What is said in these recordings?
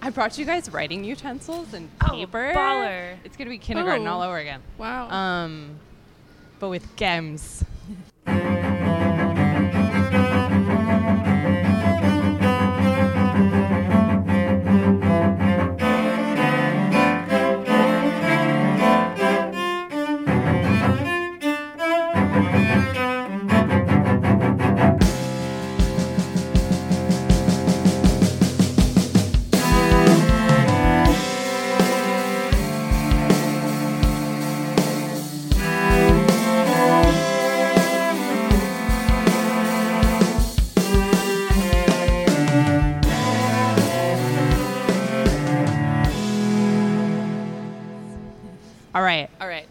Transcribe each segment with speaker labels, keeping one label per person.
Speaker 1: I brought you guys writing utensils and
Speaker 2: Oh,
Speaker 1: paper.
Speaker 2: baller. Oh.
Speaker 1: It's gonna be kindergarten
Speaker 3: Ooh.
Speaker 1: all over again.
Speaker 3: Wow.
Speaker 1: Um, but with gems. All right,
Speaker 2: All right.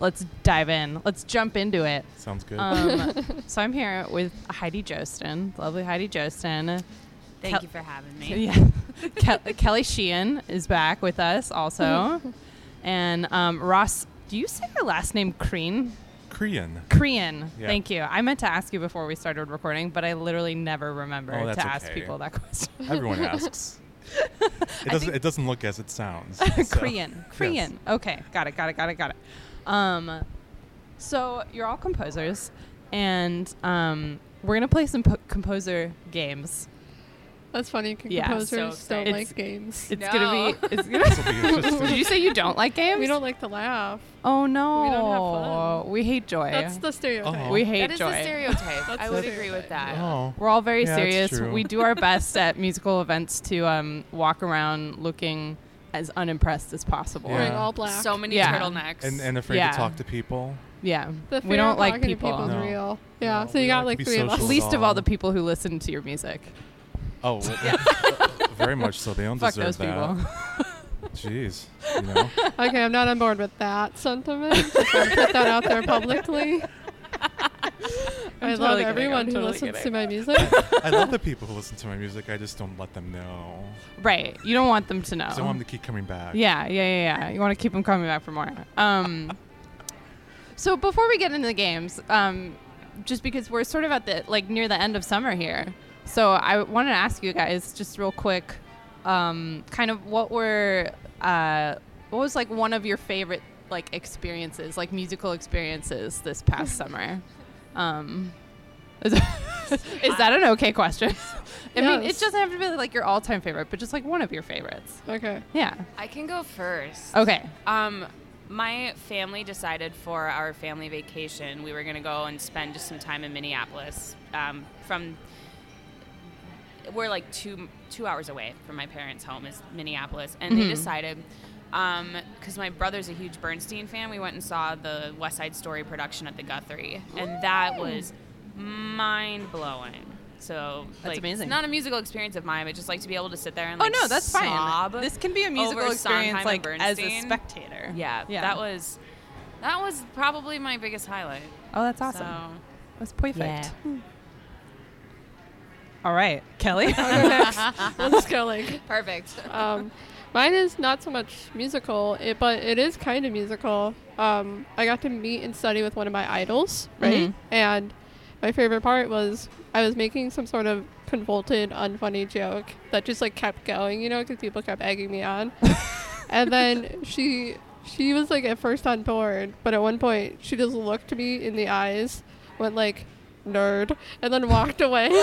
Speaker 1: let's dive in. Let's jump into it.
Speaker 4: Sounds good.
Speaker 1: Um, so I'm here with Heidi Jostin, lovely Heidi Jostin.
Speaker 2: Thank
Speaker 1: Kel-
Speaker 2: you for having me.
Speaker 1: Yeah. Ke- Kelly Sheehan is back with us also. and um, Ross, do you say your last name Crean?
Speaker 4: Korean.
Speaker 1: Crean.
Speaker 4: Yeah.
Speaker 1: Thank you. I meant to ask you before we started recording, but I literally never remember
Speaker 4: Oh,
Speaker 1: to
Speaker 4: that's
Speaker 1: ask
Speaker 4: okay.
Speaker 1: people that question.
Speaker 4: Everyone asks. It doesn't. It doesn't look as it sounds. so-
Speaker 1: Korean.
Speaker 4: Yes.
Speaker 1: Korean. Okay. Got it. Got it. Got it. Got it. Um, so you're all composers, and um, we're gonna play some po- composer games.
Speaker 3: That's funny. Can
Speaker 1: yeah, so
Speaker 3: composers
Speaker 2: excited.
Speaker 3: don't
Speaker 1: It's-
Speaker 3: like games.
Speaker 1: It's gonna be. It's gonna
Speaker 4: This will be
Speaker 1: Did
Speaker 4: interesting.
Speaker 1: you say you don't like games?
Speaker 3: we don't like to laugh.
Speaker 1: Oh no.
Speaker 3: We don't have fun.
Speaker 1: We hate joy.
Speaker 3: That's the stereotype.
Speaker 4: Oh.
Speaker 1: we
Speaker 2: That
Speaker 1: hate
Speaker 2: is
Speaker 1: joy.
Speaker 2: the stereotype.
Speaker 3: That's
Speaker 2: I would
Speaker 3: the
Speaker 2: agree with
Speaker 3: stereotype.
Speaker 2: that.
Speaker 4: Oh.
Speaker 1: We're all very
Speaker 4: Yeah, that's
Speaker 1: serious.
Speaker 4: true.
Speaker 1: We do our best at musical events to um, walk around looking as unimpressed as possible.
Speaker 3: Wearing
Speaker 4: Yeah.
Speaker 3: all black.
Speaker 2: So many
Speaker 1: Yeah.
Speaker 2: turtlenecks.
Speaker 4: And, and afraid
Speaker 1: Yeah.
Speaker 4: to talk to people.
Speaker 1: Yeah.
Speaker 3: the
Speaker 1: we
Speaker 3: fear
Speaker 1: don't
Speaker 3: of
Speaker 1: like
Speaker 3: talking to
Speaker 1: people.
Speaker 3: people's
Speaker 4: No.
Speaker 3: real. Yeah.
Speaker 4: No,
Speaker 3: so you
Speaker 4: we
Speaker 3: got like
Speaker 4: like to be
Speaker 3: three of us.
Speaker 4: social.
Speaker 1: Least of all the
Speaker 4: Um,
Speaker 1: people who listen to your music.
Speaker 4: Oh, well, very much so. They don't
Speaker 1: Fuck those
Speaker 4: deserve that.
Speaker 1: people.
Speaker 4: Jeez. You know.
Speaker 3: Okay, I'm not on board with that sentiment. Just want to put that out there publicly. I
Speaker 1: I'm totally
Speaker 3: love
Speaker 1: kidding. I'm
Speaker 3: everyone who
Speaker 1: totally
Speaker 3: listens to
Speaker 1: kidding.
Speaker 3: my music.
Speaker 4: I love the people who listen to my music. I just don't let them know.
Speaker 1: Right. You don't want them to know.
Speaker 4: 'Cause I want them to keep coming back.
Speaker 1: yeah, yeah, yeah, yeah. You want to keep them coming back for more. Um, so before we get into the games, um, just because we're sort of at the like near the end of summer here, so I wanted to ask you guys just real quick, um, kind of what were uh, what was like one of your favorite like experiences, like musical experiences this past summer. Um, is, is that an okay question? I mean, it
Speaker 3: Yes.
Speaker 1: doesn't have to be like your all-time favorite, but just like one of your favorites.
Speaker 3: Okay.
Speaker 1: Yeah.
Speaker 2: I can go first.
Speaker 1: Okay.
Speaker 2: Um, my family decided for our family vacation we were going to go and spend just some time in Minneapolis. Um, from we're like two two hours away from my parents' home is Minneapolis, and
Speaker 1: Mm-hmm.
Speaker 2: they decided because my brother's a huge Bernstein fan, we went and saw the West Side Story production at the Guthrie, and that was mind blowing. So
Speaker 1: That's
Speaker 2: like,
Speaker 1: amazing.
Speaker 2: It's not a musical experience of mine, but just like to be able to sit there and
Speaker 1: Oh
Speaker 2: like,
Speaker 1: no, that's fine.
Speaker 2: sob
Speaker 1: This can be a musical
Speaker 2: over
Speaker 1: experience
Speaker 2: Sondheim and
Speaker 1: like as a
Speaker 2: Bernstein.
Speaker 1: spectator.
Speaker 2: Yeah, that was that was probably my biggest highlight.
Speaker 1: Oh, that's awesome.
Speaker 2: So,
Speaker 1: That's perfect. Hmm.
Speaker 2: Yeah.
Speaker 1: All right, Kelly.
Speaker 3: Let's go like
Speaker 2: perfect.
Speaker 3: um, mine is not so much musical, it, but it is kind of musical. Um, I got to meet and study with one of my idols, right?
Speaker 1: Mhm.
Speaker 3: And my favorite part was I was making some sort of convoluted, unfunny joke that just like kept going, you know, because people kept egging me on. and then she she was like at first on board, but at one point she just looked me in the eyes, went like nerd, and then walked away.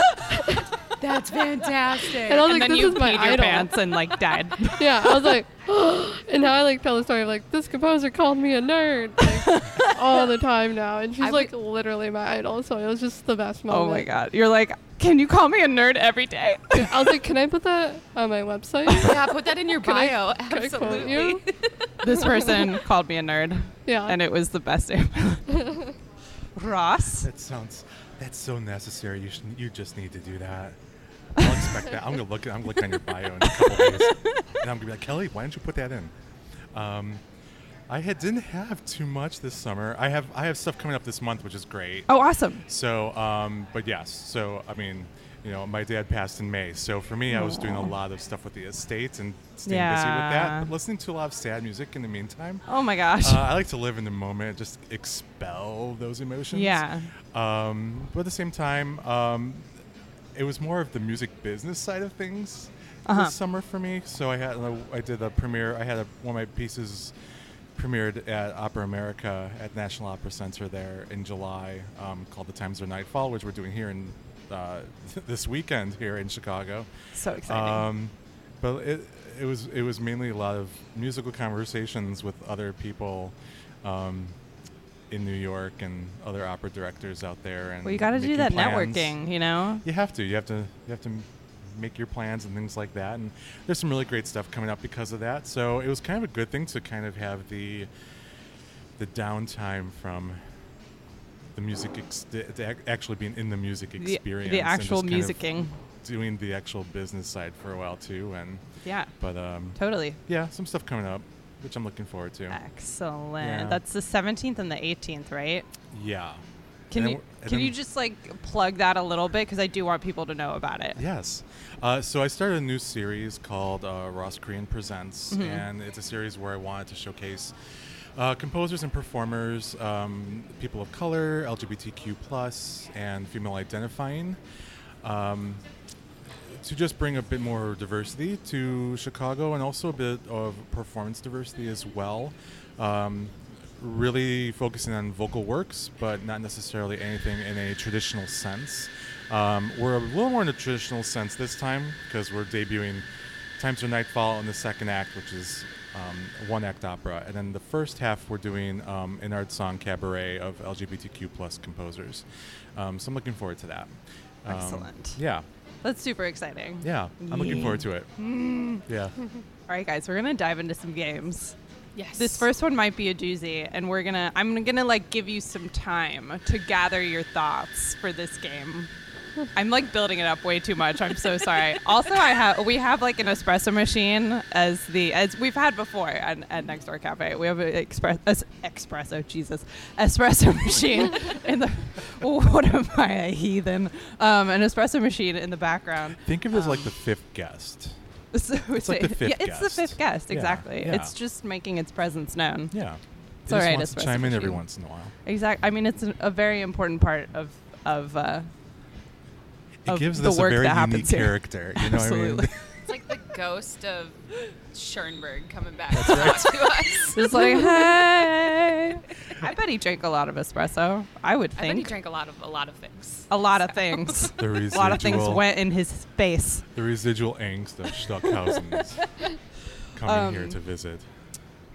Speaker 2: That's fantastic.
Speaker 3: and I was
Speaker 1: and
Speaker 3: like,
Speaker 1: then
Speaker 3: this
Speaker 1: you
Speaker 3: is my
Speaker 1: peed your
Speaker 3: idol.
Speaker 1: pants and like died.
Speaker 3: Yeah, I was like, and now I like tell the story of like this composer called me a nerd like, all the time now, and she's
Speaker 2: I
Speaker 3: like literally my idol, so it was just the best moment.
Speaker 1: oh my god, you're like, can you call me a nerd every day?
Speaker 3: Yeah, I was like, can I put that on my website?
Speaker 2: yeah, put that in your
Speaker 3: Can I-
Speaker 2: bio.
Speaker 3: Can I quote
Speaker 2: Absolutely.
Speaker 3: you?
Speaker 1: this person called me a nerd,
Speaker 3: Yeah.
Speaker 1: and it was the best day. of my life. Ross.
Speaker 4: That sounds. That's so necessary. You should, You just need to do that. I'll expect that. I'm gonna look. I'm gonna look on your bio in a couple days, and I'm gonna be like, Kelly, why didn't you put that in? Um, I had, didn't have too much this summer. I have. I have stuff coming up this month, which is great.
Speaker 1: Oh, awesome.
Speaker 4: So, um, but yes. So, I mean, you know, my dad passed in May. So for me, I was doing a lot of stuff with the estate and staying busy with
Speaker 1: Yeah.
Speaker 4: that, but listening to a lot of sad music in the meantime.
Speaker 1: Oh my gosh.
Speaker 4: Uh, I like to live in the moment, just expel those emotions.
Speaker 1: yeah.
Speaker 4: Um, but at the same time, um, it was more of the music business side of things
Speaker 1: Uh-huh.
Speaker 4: this summer for me. So I had a- I did a premiere. I had a, one of my pieces premiered at Opera America at National Opera Center there in July, um, called "The Times of Nightfall," which we're doing here in uh, this weekend here in Chicago.
Speaker 1: So exciting.
Speaker 4: Um, but it it was it was mainly a lot of musical conversations with other people. Um, in New York and other opera directors out there, and
Speaker 1: well, you got to do
Speaker 4: making
Speaker 1: that
Speaker 4: plans
Speaker 1: networking, you know?
Speaker 4: you have to you have to you have to m- make your plans and things like that and there's some really great stuff coming up because of that so it was kind of a good thing to kind of have the the downtime from the music ex- the, the ac- actually being in the music
Speaker 1: The,
Speaker 4: experience
Speaker 1: the
Speaker 4: and
Speaker 1: actual
Speaker 4: just kind
Speaker 1: musicking.
Speaker 4: of doing the actual business side for a while too and
Speaker 1: Yeah,
Speaker 4: but um
Speaker 1: totally.
Speaker 4: yeah some stuff coming up which i'm looking forward to
Speaker 1: Excellent.
Speaker 4: Yeah.
Speaker 1: That's the 17th and the 18th, right?
Speaker 4: yeah
Speaker 1: Can
Speaker 4: And then
Speaker 1: you
Speaker 4: we're- and
Speaker 1: can
Speaker 4: then-
Speaker 1: you just like plug that a little bit because I do want people to know about it.
Speaker 4: Yes. Uh, so I started a new series called uh, Ross Korean Presents, and it's a series where I wanted to showcase uh, composers and performers, um, people of color, LGBTQ plus, and female identifying. Um, to just bring a bit more diversity to Chicago and also a bit of performance diversity as well. Um, really focusing on vocal works, but not necessarily anything in a traditional sense. Um, we're a little more in a traditional sense this time because we're debuting Times of Nightfall in the second act, which is um, one act opera, and then the first half we're doing um, an art song cabaret of LGBTQ plus composers. Um, so I'm looking forward to that. Um,
Speaker 1: Excellent.
Speaker 4: Yeah.
Speaker 1: That's super exciting.
Speaker 4: Yeah, I'm looking forward to it. Yeah.
Speaker 1: All right, guys, we're gonna dive into some games.
Speaker 2: Yes.
Speaker 1: This first one might be a doozy, and we're gonna I'm gonna like give you some time to gather your thoughts for this game. I'm like building it up way too much. I'm so sorry. also, I have we have like an espresso machine as the as we've had before at, at Next Door Cafe. We have an express es, espresso Jesus espresso machine in the what am I a heathen? Um, an espresso machine in the background.
Speaker 4: Think of it as like the fifth guest.
Speaker 1: So it's
Speaker 4: like the fifth
Speaker 1: yeah, it's the
Speaker 4: guest.
Speaker 1: fifth guest
Speaker 4: Yeah,
Speaker 1: exactly.
Speaker 4: yeah.
Speaker 1: It's just making its presence known. It's
Speaker 4: Yeah. it just
Speaker 1: alright,
Speaker 4: wants to
Speaker 1: espresso
Speaker 4: chime in every
Speaker 1: machine.
Speaker 4: once in a while.
Speaker 1: Exactly. I mean, it's an, a very important part of of uh,
Speaker 4: It
Speaker 1: Of
Speaker 4: gives
Speaker 1: the
Speaker 4: this a
Speaker 1: work
Speaker 4: very
Speaker 1: that
Speaker 4: unique
Speaker 1: happens here.
Speaker 4: character. You know what I mean?
Speaker 1: Absolutely.
Speaker 2: It's like the ghost of Schoenberg coming back to talk to us.
Speaker 1: just like hey. I bet he drank a lot of espresso. I would
Speaker 2: I bet he
Speaker 1: think
Speaker 2: drank a lot of a lot of things.
Speaker 1: a lot of things.
Speaker 4: The
Speaker 1: a lot of things
Speaker 4: residual-
Speaker 1: went in his face.
Speaker 4: The residual angst of Stockhausen is coming here
Speaker 1: Um,
Speaker 4: to visit.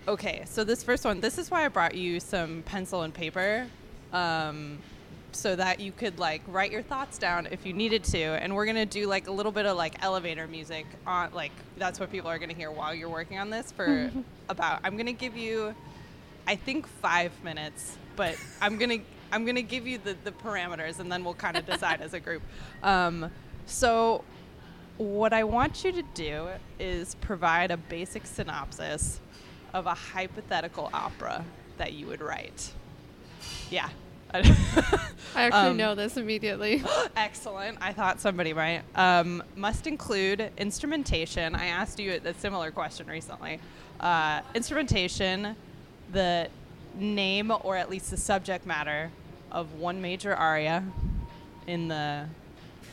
Speaker 1: Okay, so this first one, this is why I brought you some pencil and paper, um, so that you could like write your thoughts down if you needed to. And we're gonna do like a little bit of like elevator music on like that's what people are gonna hear while you're working on this for about. I'm gonna give you, I think five minutes, but I'm gonna I'm gonna give you the the parameters, and then we'll kind of decide as a group. Um, so what I want you to do is provide a basic synopsis of a hypothetical opera that you would write. Yeah.
Speaker 3: I actually
Speaker 1: Um,
Speaker 3: know this immediately.
Speaker 1: Excellent. I thought somebody might. Um, must include instrumentation. I asked you a similar question recently. Uh, instrumentation, the name or at least the subject matter of one major aria in the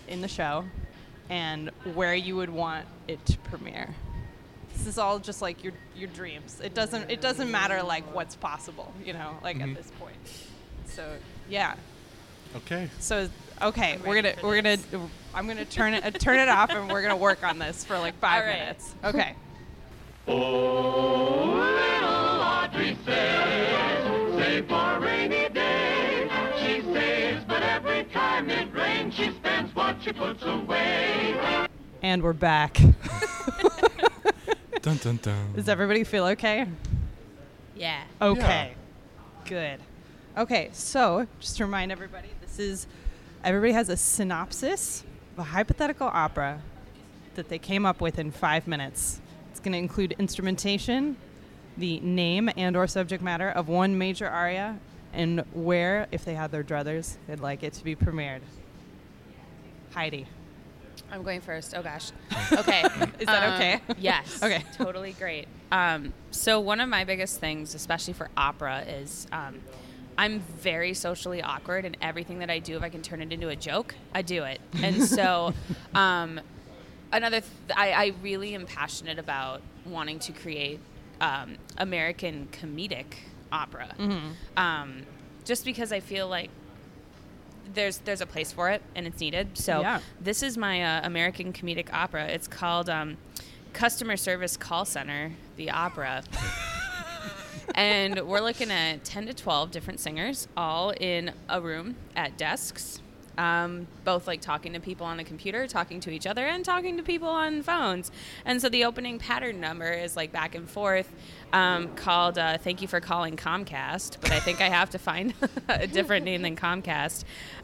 Speaker 1: in the show, and where you would want it to premiere. This is all just like your your dreams. It doesn't it doesn't matter like what's possible, you know, like at this point. So yeah.
Speaker 4: Okay.
Speaker 1: So okay, we're
Speaker 2: ready
Speaker 1: gonna
Speaker 2: for
Speaker 1: we're gonna I'm gonna turn it uh, turn it off and we're gonna work on this for like five
Speaker 2: All right.
Speaker 1: minutes. Okay.
Speaker 5: Save for a rainy day. She saves, but every time it rains, she spends what she puts away.
Speaker 1: And we're back.
Speaker 4: Dun dun dun.
Speaker 1: Does everybody feel okay?
Speaker 2: Yeah.
Speaker 1: Okay. Good. Okay, so just to remind everybody, this is everybody has a synopsis of a hypothetical opera that they came up with in five minutes. It's going to include instrumentation, the name and/or subject matter of one major aria, and where, if they had their druthers, they'd like it to be premiered. Heidi.
Speaker 2: I'm going first. Oh gosh. Okay.
Speaker 1: Is that
Speaker 2: Uh,
Speaker 1: okay?
Speaker 2: Yes.
Speaker 1: Okay.
Speaker 2: Totally great. Um, so one of my biggest things, especially for opera, is um, I'm very socially awkward, and everything that I do, if I can turn it into a joke, I do it. And so, um, another th- I, I really am passionate about wanting to create um, American comedic opera.
Speaker 1: Mm-hmm.
Speaker 2: Um, just because I feel like there's there's a place for it and it's needed. So
Speaker 1: Yeah.
Speaker 2: this is my uh, American comedic opera. It's called um, Customer Service Call Center, the opera. and we're looking at 10 to 12 different singers all in a room at desks um, both like talking to people on a computer talking to each other and talking to people on phones and so the opening pattern number is like back and forth um, called uh, thank you for calling comcast but i think i have to find a different name than comcast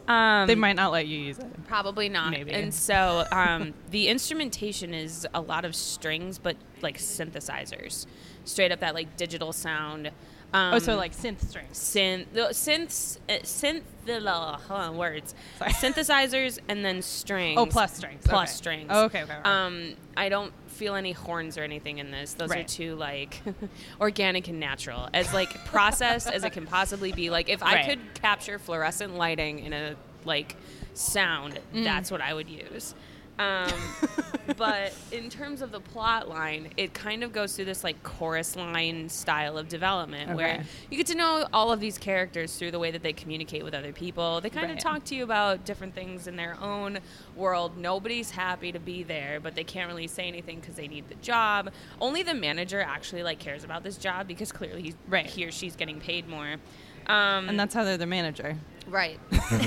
Speaker 2: um,
Speaker 1: They might not let you use it.
Speaker 2: Probably not.
Speaker 1: Maybe.
Speaker 2: And so um, the instrumentation is a lot of strings, but like synthesizers, straight up that like digital sound. Um,
Speaker 1: Oh, so like synth strings.
Speaker 2: synth, the- synths, uh, synth, the la- hold on, words,
Speaker 1: Sorry.
Speaker 2: synthesizers, and then strings.
Speaker 1: Oh, plus strings.
Speaker 2: Plus
Speaker 1: okay.
Speaker 2: strings.
Speaker 1: Oh, okay, okay. okay.
Speaker 2: Um, I don't feel any horns or anything in this. Those are
Speaker 1: Right.
Speaker 2: too like organic and natural, as like processed as it can possibly be. Like if I
Speaker 1: Right.
Speaker 2: could capture fluorescent lighting in a like sound,
Speaker 1: Mm.
Speaker 2: that's what I would use. Um, but in terms of the plot line, it kind of goes through this like chorus line style of development where
Speaker 1: Okay.
Speaker 2: you get to know all of these characters through the way that they communicate with other people. They kind
Speaker 1: Right.
Speaker 2: of talk to you about different things in their own world. Nobody's happy to be there, but they can't really say anything because they need the job. Only the manager actually like cares about this job because clearly he's,
Speaker 1: Right.
Speaker 2: he or she's getting paid more. Um,
Speaker 1: and that's how they're the manager.
Speaker 2: right.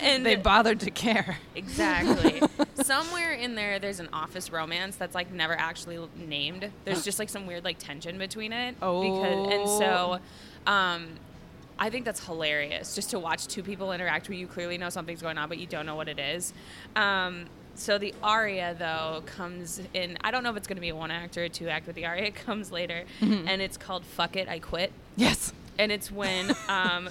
Speaker 2: and
Speaker 1: They bothered to care.
Speaker 2: Exactly. Somewhere in there, there's an office romance that's like never actually named. There's just like some weird like tension between it. Because, and
Speaker 1: Oh.
Speaker 2: so, um, I think that's hilarious just to watch two people interact where you clearly know something's going on, but you don't know what it is. Um, so the aria though comes in. I don't know if it's going to be a one act or a two act, but the aria comes later,
Speaker 1: Mm-hmm.
Speaker 2: and it's called "Fuck It, I Quit,"
Speaker 1: Yes.
Speaker 2: and it's when um,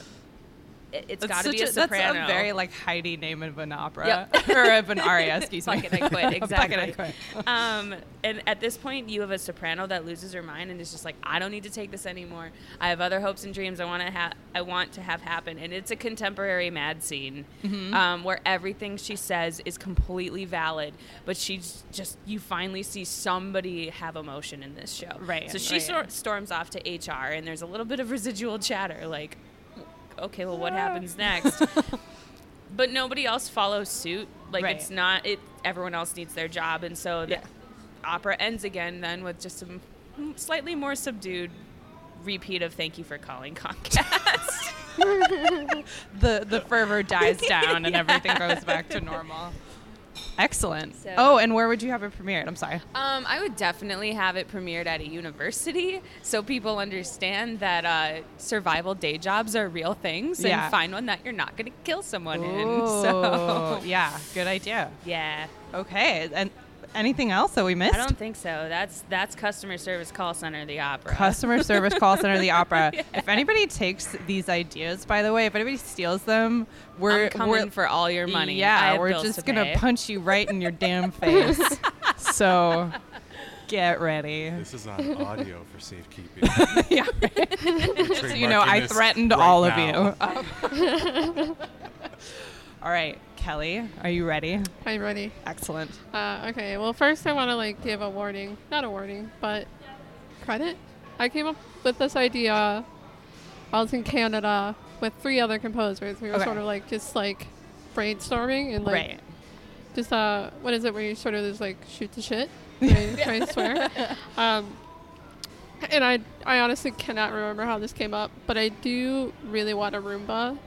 Speaker 2: it, it's got to
Speaker 1: such
Speaker 2: be a soprano.
Speaker 1: That's a very like Heidi name of an opera
Speaker 2: Yep.
Speaker 1: or of an aria. Excuse me.
Speaker 2: Fuck it, I quit.
Speaker 1: Fuck
Speaker 2: Exactly.
Speaker 1: it, I quit.
Speaker 2: um, and at this point, you have a soprano that loses her mind and is just like, I don't need to take this anymore. I have other hopes and dreams I want to ha- I want to have happen. And it's a contemporary mad scene
Speaker 1: Mm-hmm.
Speaker 2: um, where everything she says is completely valid, but she's just you finally see somebody have emotion in this show.
Speaker 1: Right,
Speaker 2: So she
Speaker 1: right.
Speaker 2: sor- storms off to HR, and there's a little bit of residual chatter like. Okay, well, what happens next? but nobody else follows suit. Like
Speaker 1: Right.
Speaker 2: it's not it. Everyone else needs their job, and so the
Speaker 1: Yeah.
Speaker 2: opera ends again then with just some slightly more subdued repeat of "Thank you for calling Comcast."
Speaker 1: The the fervor dies down and everything goes back to normal. Excellent. oh, and where would you have it premiered? I'm sorry.
Speaker 2: um, I would definitely have it premiered at a university so people understand that uh, survival day jobs are real things,
Speaker 1: Yeah.
Speaker 2: and find one that you're not going to kill someone in.
Speaker 1: Ooh,
Speaker 2: So
Speaker 1: yeah, good idea.
Speaker 2: yeah.
Speaker 1: Okay, and anything else that we missed?
Speaker 2: I don't think so. That's that's customer service call center the opera.
Speaker 1: Customer service call center, the opera. If anybody takes these ideas, by the way, if anybody steals them, we're
Speaker 2: I'm coming
Speaker 1: we're,
Speaker 2: for all your money. I
Speaker 1: Yeah,
Speaker 2: have
Speaker 1: we're
Speaker 2: bills
Speaker 1: just
Speaker 2: to
Speaker 1: gonna
Speaker 2: pay.
Speaker 1: punch you right in your damn face. so get ready.
Speaker 4: This is on audio for safekeeping.
Speaker 1: yeah.
Speaker 4: so
Speaker 1: You know, I threatened all of you. all right, Kelly, are you ready?
Speaker 3: I'm ready.
Speaker 1: Excellent.
Speaker 3: Uh, okay. Well, first I want to like give a warning, not a warning, but credit. I came up with this idea. I was in Canada with three other composers. We were
Speaker 1: Okay.
Speaker 3: sort of like just like brainstorming and like
Speaker 1: right.
Speaker 3: just uh, what is it where you sort of just like shoot the shit, right? try and swear. Um, and I, I honestly cannot remember how this came up, but I do really want a Roomba.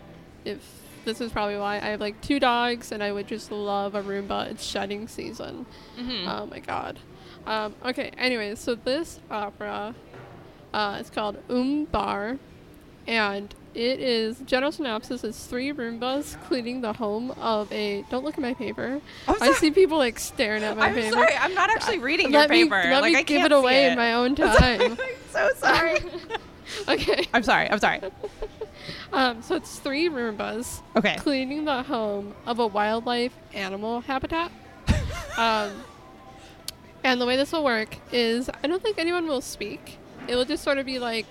Speaker 3: If this is probably why I have like two dogs, and I would just love a Roomba. It's shedding season.
Speaker 1: Mm-hmm.
Speaker 3: Oh my god. Um, okay. Anyway, so this opera, uh, it's called Umbar, and it is general synopsis is three Roombas cleaning the home of a. Don't look at my paper.
Speaker 1: I'm
Speaker 3: I
Speaker 1: Oh, sorry.
Speaker 3: see people like staring at my
Speaker 1: I'm
Speaker 3: paper.
Speaker 1: sorry, I'm not actually reading
Speaker 3: Let
Speaker 1: your
Speaker 3: me,
Speaker 1: paper.
Speaker 3: let
Speaker 1: like
Speaker 3: me
Speaker 1: I
Speaker 3: give
Speaker 1: can't
Speaker 3: it away
Speaker 1: see
Speaker 3: in my own time.
Speaker 1: so sorry.
Speaker 3: okay.
Speaker 1: I'm sorry. I'm sorry.
Speaker 3: Um, so it's three Roombas
Speaker 1: Okay.
Speaker 3: cleaning the home of a wildlife animal habitat. um, and the way this will work is I don't think anyone will speak. It will just sort of be like,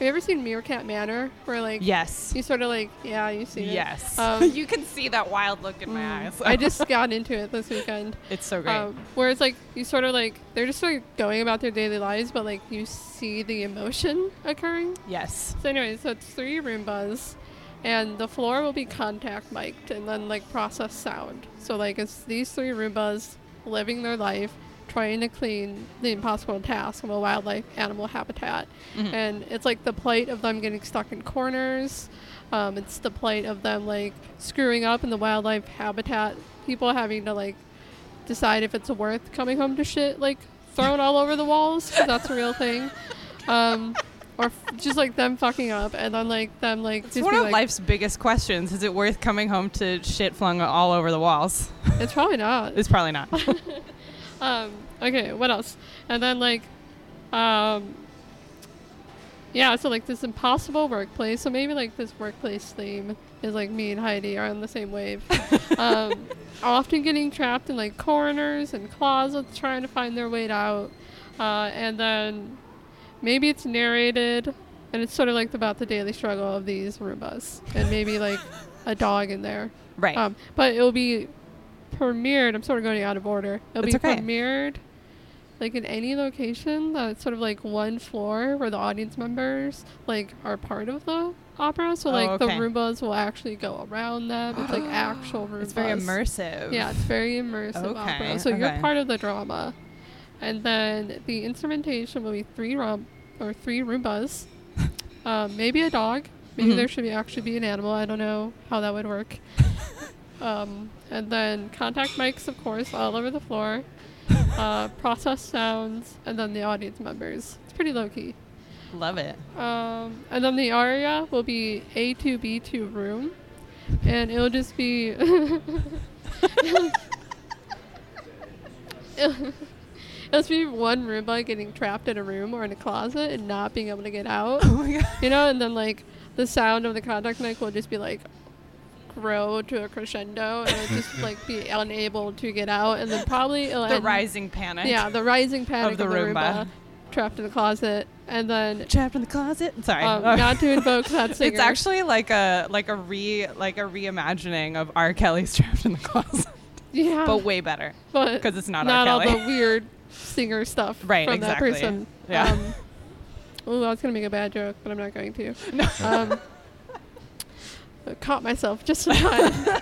Speaker 3: you ever seen Meerkat Manor? Where like
Speaker 1: Yes.
Speaker 3: you sort of like yeah, you see it.
Speaker 1: Yes.
Speaker 3: Um,
Speaker 2: you can see that wild look in my eyes.
Speaker 3: I just got into it this weekend.
Speaker 1: it's so great.
Speaker 3: Um, where it's like you sort of like they're just sort of going about their daily lives, but like you see the emotion occurring.
Speaker 1: yes.
Speaker 3: So anyway, so it's three Roombas, and the floor will be contact mic'd and then like process sound. So like it's these three Roombas living their life, trying to clean the impossible task of a wildlife animal habitat, and it's like the plight of them getting stuck in corners. Um, it's the plight of them like screwing up in the wildlife habitat. People having to like decide if it's worth coming home to shit like thrown all over the walls 'cause that's a real thing um or f- just like them fucking up and then like them like
Speaker 1: It's
Speaker 3: just
Speaker 1: one
Speaker 3: be
Speaker 1: of
Speaker 3: like,
Speaker 1: life's biggest questions. Is it worth coming home to shit flung all over the walls?
Speaker 3: it's probably not
Speaker 1: It's probably not.
Speaker 3: um okay what else and then like um yeah so like this impossible workplace so maybe like this workplace theme is like me and heidi are on the same wave um often getting trapped in like corners and closets trying to find their way out uh, and then maybe it's narrated and it's sort of like about the daily struggle of these roombas and maybe like a dog in there
Speaker 1: right.
Speaker 3: um, but it'll be premiered. I'm sort of going out of order. It'll
Speaker 1: It's
Speaker 3: be
Speaker 1: okay.
Speaker 3: premiered like in any location that's sort of like one floor where the audience members like are part of the opera. So
Speaker 1: Oh,
Speaker 3: like the
Speaker 1: okay.
Speaker 3: Roombas will actually go around them. It's like actual Roombas.
Speaker 1: it's very immersive.
Speaker 3: Yeah, it's very immersive
Speaker 1: Okay,
Speaker 3: opera. So you're
Speaker 1: okay.
Speaker 3: part of the drama, and then the instrumentation will be three rum or three Roombas, um, maybe a dog. Maybe
Speaker 1: Mhm.
Speaker 3: there should be actually be an animal. I don't know how that would work. um, and then contact mics, of course, all over the floor. Uh, process sounds, and then the audience members. It's pretty low key.
Speaker 1: Love it.
Speaker 3: Um, and then the aria will be A2B2 room, and it'll just be. it'll just be one Roomba getting trapped in a room or in a closet and not being able to get out.
Speaker 1: Oh my god.
Speaker 3: You know, and then like the sound of the contact mic will just be like grow to a crescendo and it'll just like be unable to get out and then probably it'll
Speaker 1: The
Speaker 3: end-
Speaker 1: rising panic.
Speaker 3: yeah the rising panic of
Speaker 1: the
Speaker 3: the,
Speaker 1: Roomba.
Speaker 3: Roomba trapped in the closet and then
Speaker 1: Trapped in the closet. Sorry.
Speaker 3: um,
Speaker 1: Oh.
Speaker 3: not to invoke that singer.
Speaker 1: It's actually like a like a re like a reimagining of R. Kelly's Trapped in the Closet,
Speaker 3: yeah,
Speaker 1: but way better
Speaker 3: but
Speaker 1: because it's not,
Speaker 3: not
Speaker 1: R.
Speaker 3: all
Speaker 1: Kelly.
Speaker 3: the weird singer stuff
Speaker 1: Right,
Speaker 3: from
Speaker 1: exactly.
Speaker 3: that person.
Speaker 1: Yeah.
Speaker 3: Um, ooh, I was gonna make a bad joke, but I'm not going to.
Speaker 1: No.
Speaker 3: Um, I caught myself just in time.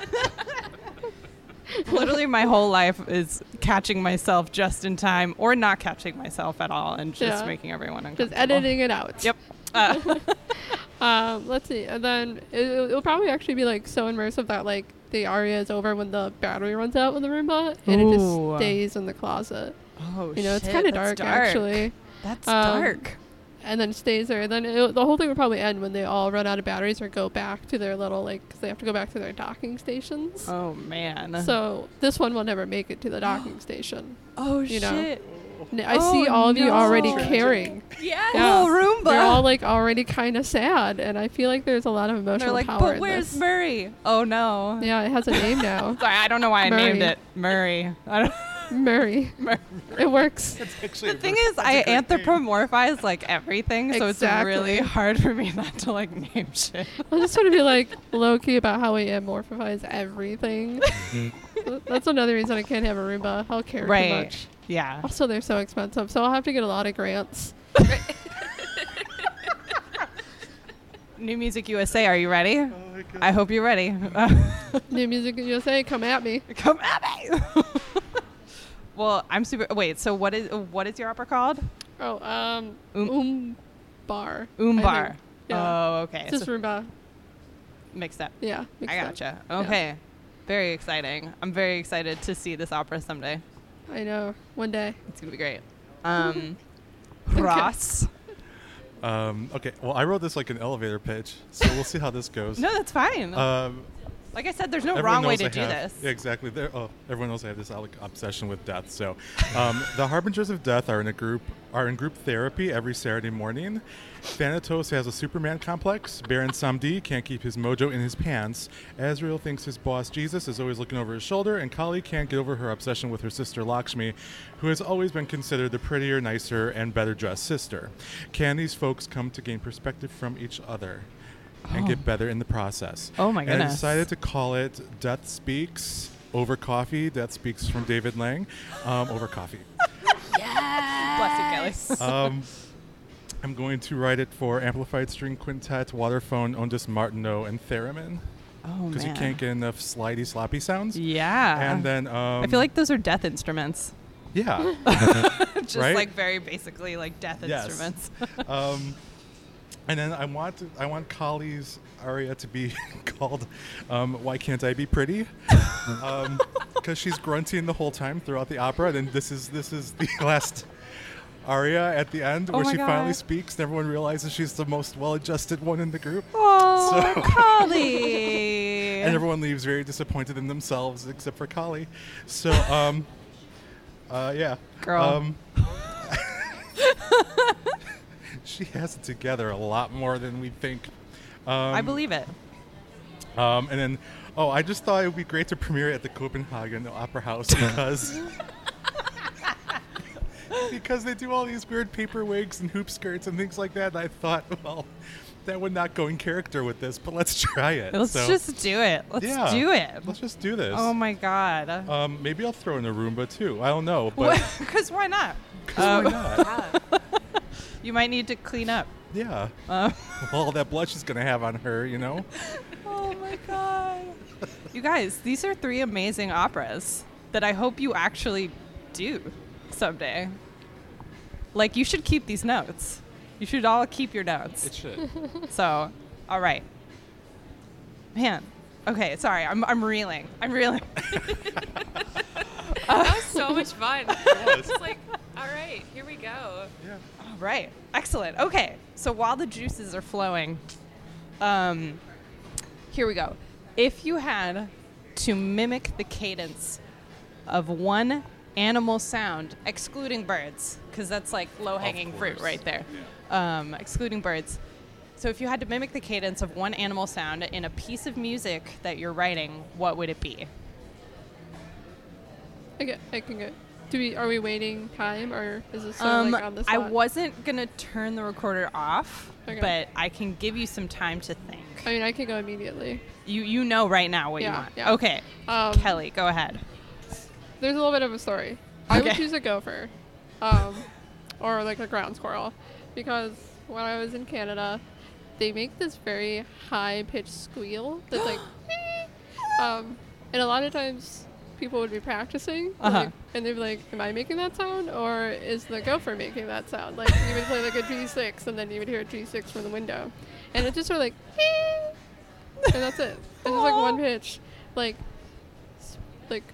Speaker 1: Literally, my whole life is catching myself just in time, or not catching myself at all, and just
Speaker 3: Yeah.
Speaker 1: making everyone
Speaker 3: just
Speaker 1: uncomfortable.
Speaker 3: editing it out.
Speaker 1: Yep. Uh,
Speaker 3: Um, let's see, and then it, it'll probably actually be like so immersive that like the aria is over when the battery runs out in the Roomba, and it
Speaker 1: Ooh.
Speaker 3: just stays in the closet.
Speaker 1: oh,
Speaker 3: You know, it's
Speaker 1: shit,
Speaker 3: kind of
Speaker 1: that's
Speaker 3: dark, actually.
Speaker 1: That's
Speaker 3: Um,
Speaker 1: dark.
Speaker 3: and then stays there. And then it, the whole thing would probably end when they all run out of batteries or go back to their little like 'cause they have to go back to their docking stations.
Speaker 1: Oh man.
Speaker 3: So this one will never make it to the docking station.
Speaker 1: oh
Speaker 3: you
Speaker 1: shit.
Speaker 3: know. N- I see
Speaker 1: Oh,
Speaker 3: all of you already
Speaker 1: no.
Speaker 3: caring.
Speaker 2: yeah.
Speaker 3: Yeah.
Speaker 1: Oh Roomba.
Speaker 3: They're all like already kind of sad, and I feel like there's a lot of
Speaker 1: They're
Speaker 3: emotional
Speaker 1: like,
Speaker 3: power
Speaker 1: but
Speaker 3: in
Speaker 1: where's
Speaker 3: this.
Speaker 1: Murray? Oh no.
Speaker 3: yeah, it has a name now,
Speaker 1: Sorry, I don't know why I named
Speaker 3: Murray.
Speaker 1: it Murray. I don't
Speaker 3: Murray.
Speaker 1: Murray.
Speaker 3: It works.
Speaker 4: That's actually
Speaker 1: The thing is, I anthropomorphize like everything, so
Speaker 3: Exactly.
Speaker 1: it's really hard for me not to like name shit.
Speaker 3: I just want to be like low key about how we amorphize everything. That's another reason I can't have a Roomba. I'll care too
Speaker 1: Right.
Speaker 3: much.
Speaker 1: Yeah.
Speaker 3: Also, they're so expensive, so I'll have to get a lot of grants.
Speaker 1: New Music USA, are you ready?
Speaker 4: Oh,
Speaker 1: I
Speaker 4: I
Speaker 1: hope you're ready.
Speaker 3: New Music USA, come at me.
Speaker 1: Come at me. well, I'm super. Wait. So what is what is your opera called?
Speaker 3: Oh, um,
Speaker 1: Um-
Speaker 3: um, bar. I
Speaker 1: Umbar.
Speaker 3: think. Yeah.
Speaker 1: Oh, okay.
Speaker 3: it's just
Speaker 1: so
Speaker 3: Roomba.
Speaker 1: mixed up.
Speaker 3: Yeah. mixed
Speaker 1: I
Speaker 3: up.
Speaker 1: gotcha. Okay. Very exciting. I'm very excited to see this opera someday.
Speaker 3: I know. One day.
Speaker 1: It's gonna be great. Um, Ross.
Speaker 4: um, okay, well, I wrote this like an elevator pitch, so we'll see how this goes.
Speaker 1: No, that's fine.
Speaker 4: Um,
Speaker 1: like I said, there's no
Speaker 4: Everyone
Speaker 1: wrong way
Speaker 4: knows
Speaker 1: to
Speaker 4: I
Speaker 1: do
Speaker 4: have-
Speaker 1: this.
Speaker 4: Yeah, exactly. There, oh, everyone knows I have this like, obsession with death. So, um, the Harbingers of Death are in a group are in group therapy every Saturday morning. Thanatos has a Superman complex. Baron Samdi can't keep his mojo in his pants. Azrael thinks his boss Jesus is always looking over his shoulder, and Kali can't get over her obsession with her sister Lakshmi, who has always been considered the prettier, nicer, and better dressed sister. Can these folks come to gain perspective from each other? And get better in the process.
Speaker 1: Oh my
Speaker 4: And I
Speaker 1: goodness.
Speaker 4: decided to call it Death Speaks Over Coffee. Death Speaks from David Lang um, over coffee.
Speaker 2: Bless you, Kelly.
Speaker 4: Um, I'm going to write it for Amplified String Quintet, Waterphone, Ondas Martineau, and Theremin
Speaker 1: Oh
Speaker 4: because
Speaker 1: man.
Speaker 4: you can't get enough slidey, sloppy sounds.
Speaker 1: yeah.
Speaker 4: And then um,
Speaker 1: I feel like those are death instruments.
Speaker 4: yeah,
Speaker 1: Just
Speaker 4: Right?
Speaker 1: like very basically like death
Speaker 4: Yes.
Speaker 1: instruments.
Speaker 4: um, and then I want to- I want Kali's aria to be called um, "Why Can't I Be Pretty," because she's grunting the whole time throughout the opera. And then this is this is the last aria at the end
Speaker 1: Oh
Speaker 4: where
Speaker 1: my
Speaker 4: she finally
Speaker 1: God.
Speaker 4: speaks, and everyone realizes she's the most well-adjusted one in the group.
Speaker 1: oh,
Speaker 4: So-
Speaker 1: Kali.
Speaker 4: and everyone leaves very disappointed in themselves except for Kali. So, um, uh, yeah,
Speaker 1: Girl.
Speaker 4: Um, she has it together a lot more than we think. Um,
Speaker 1: I believe it.
Speaker 4: Um, and then, oh, I just thought it would be great to premiere it at the Copenhagen Opera House because. Because they do all these weird paper wigs and hoop skirts and things like that, and I thought, well, that would not go in character with this, but let's try it.
Speaker 1: Let's
Speaker 4: So,
Speaker 1: just do it. Let's
Speaker 4: yeah,
Speaker 1: do it.
Speaker 4: Let's just do this.
Speaker 1: Oh my god.
Speaker 4: Um, maybe I'll throw in a Roomba too. I don't know, but
Speaker 1: Because why not?
Speaker 4: 'cause
Speaker 1: Um,
Speaker 4: why not?
Speaker 1: You might need to clean up.
Speaker 4: Yeah,
Speaker 1: Uh,
Speaker 4: all that blood she's gonna have on her, you know.
Speaker 1: oh my god. You guys, these are three amazing operas that I hope you actually do someday. Like you should keep these notes. You should all keep your notes.
Speaker 4: should.
Speaker 1: So, all right. Man. Okay, sorry. I'm I'm reeling. I'm reeling.
Speaker 6: That was so much fun. It's like, all right, here we go.
Speaker 4: Yeah.
Speaker 1: All right. Excellent. Okay. So while the juices are flowing, um, here we go. If you had to mimic the cadence of one animal sound, excluding birds, because that's like low hanging fruit
Speaker 4: course.
Speaker 1: right there, um, excluding birds. So if you had to mimic the cadence of one animal sound in a piece of music that you're writing, what would it be?
Speaker 3: I get. I can get. Do we? Are we waiting time or is this sort of like on the
Speaker 1: Um, I
Speaker 3: spot?
Speaker 1: wasn't gonna turn the recorder off,
Speaker 3: Okay.
Speaker 1: but I can give you some time to think.
Speaker 3: I mean, I can go immediately.
Speaker 1: You you know right now what you
Speaker 3: Yeah,
Speaker 1: want.
Speaker 3: yeah.
Speaker 1: Okay,
Speaker 3: Um,
Speaker 1: Kelly, go ahead.
Speaker 3: There's a little bit of a story. I would
Speaker 1: Okay.
Speaker 3: choose a gopher, um, or like a ground squirrel, because when I was in Canada, they make this very high-pitched squeal that's like, um, and a lot of times people would be practicing,
Speaker 1: Uh-huh.
Speaker 3: like, and they'd be like, "Am I making that sound, or is the gopher making that sound?" Like you would play like a G6, and then you would hear a G6 from the window, and it's just sort of like, and that's it. It's just like one pitch, like, s- like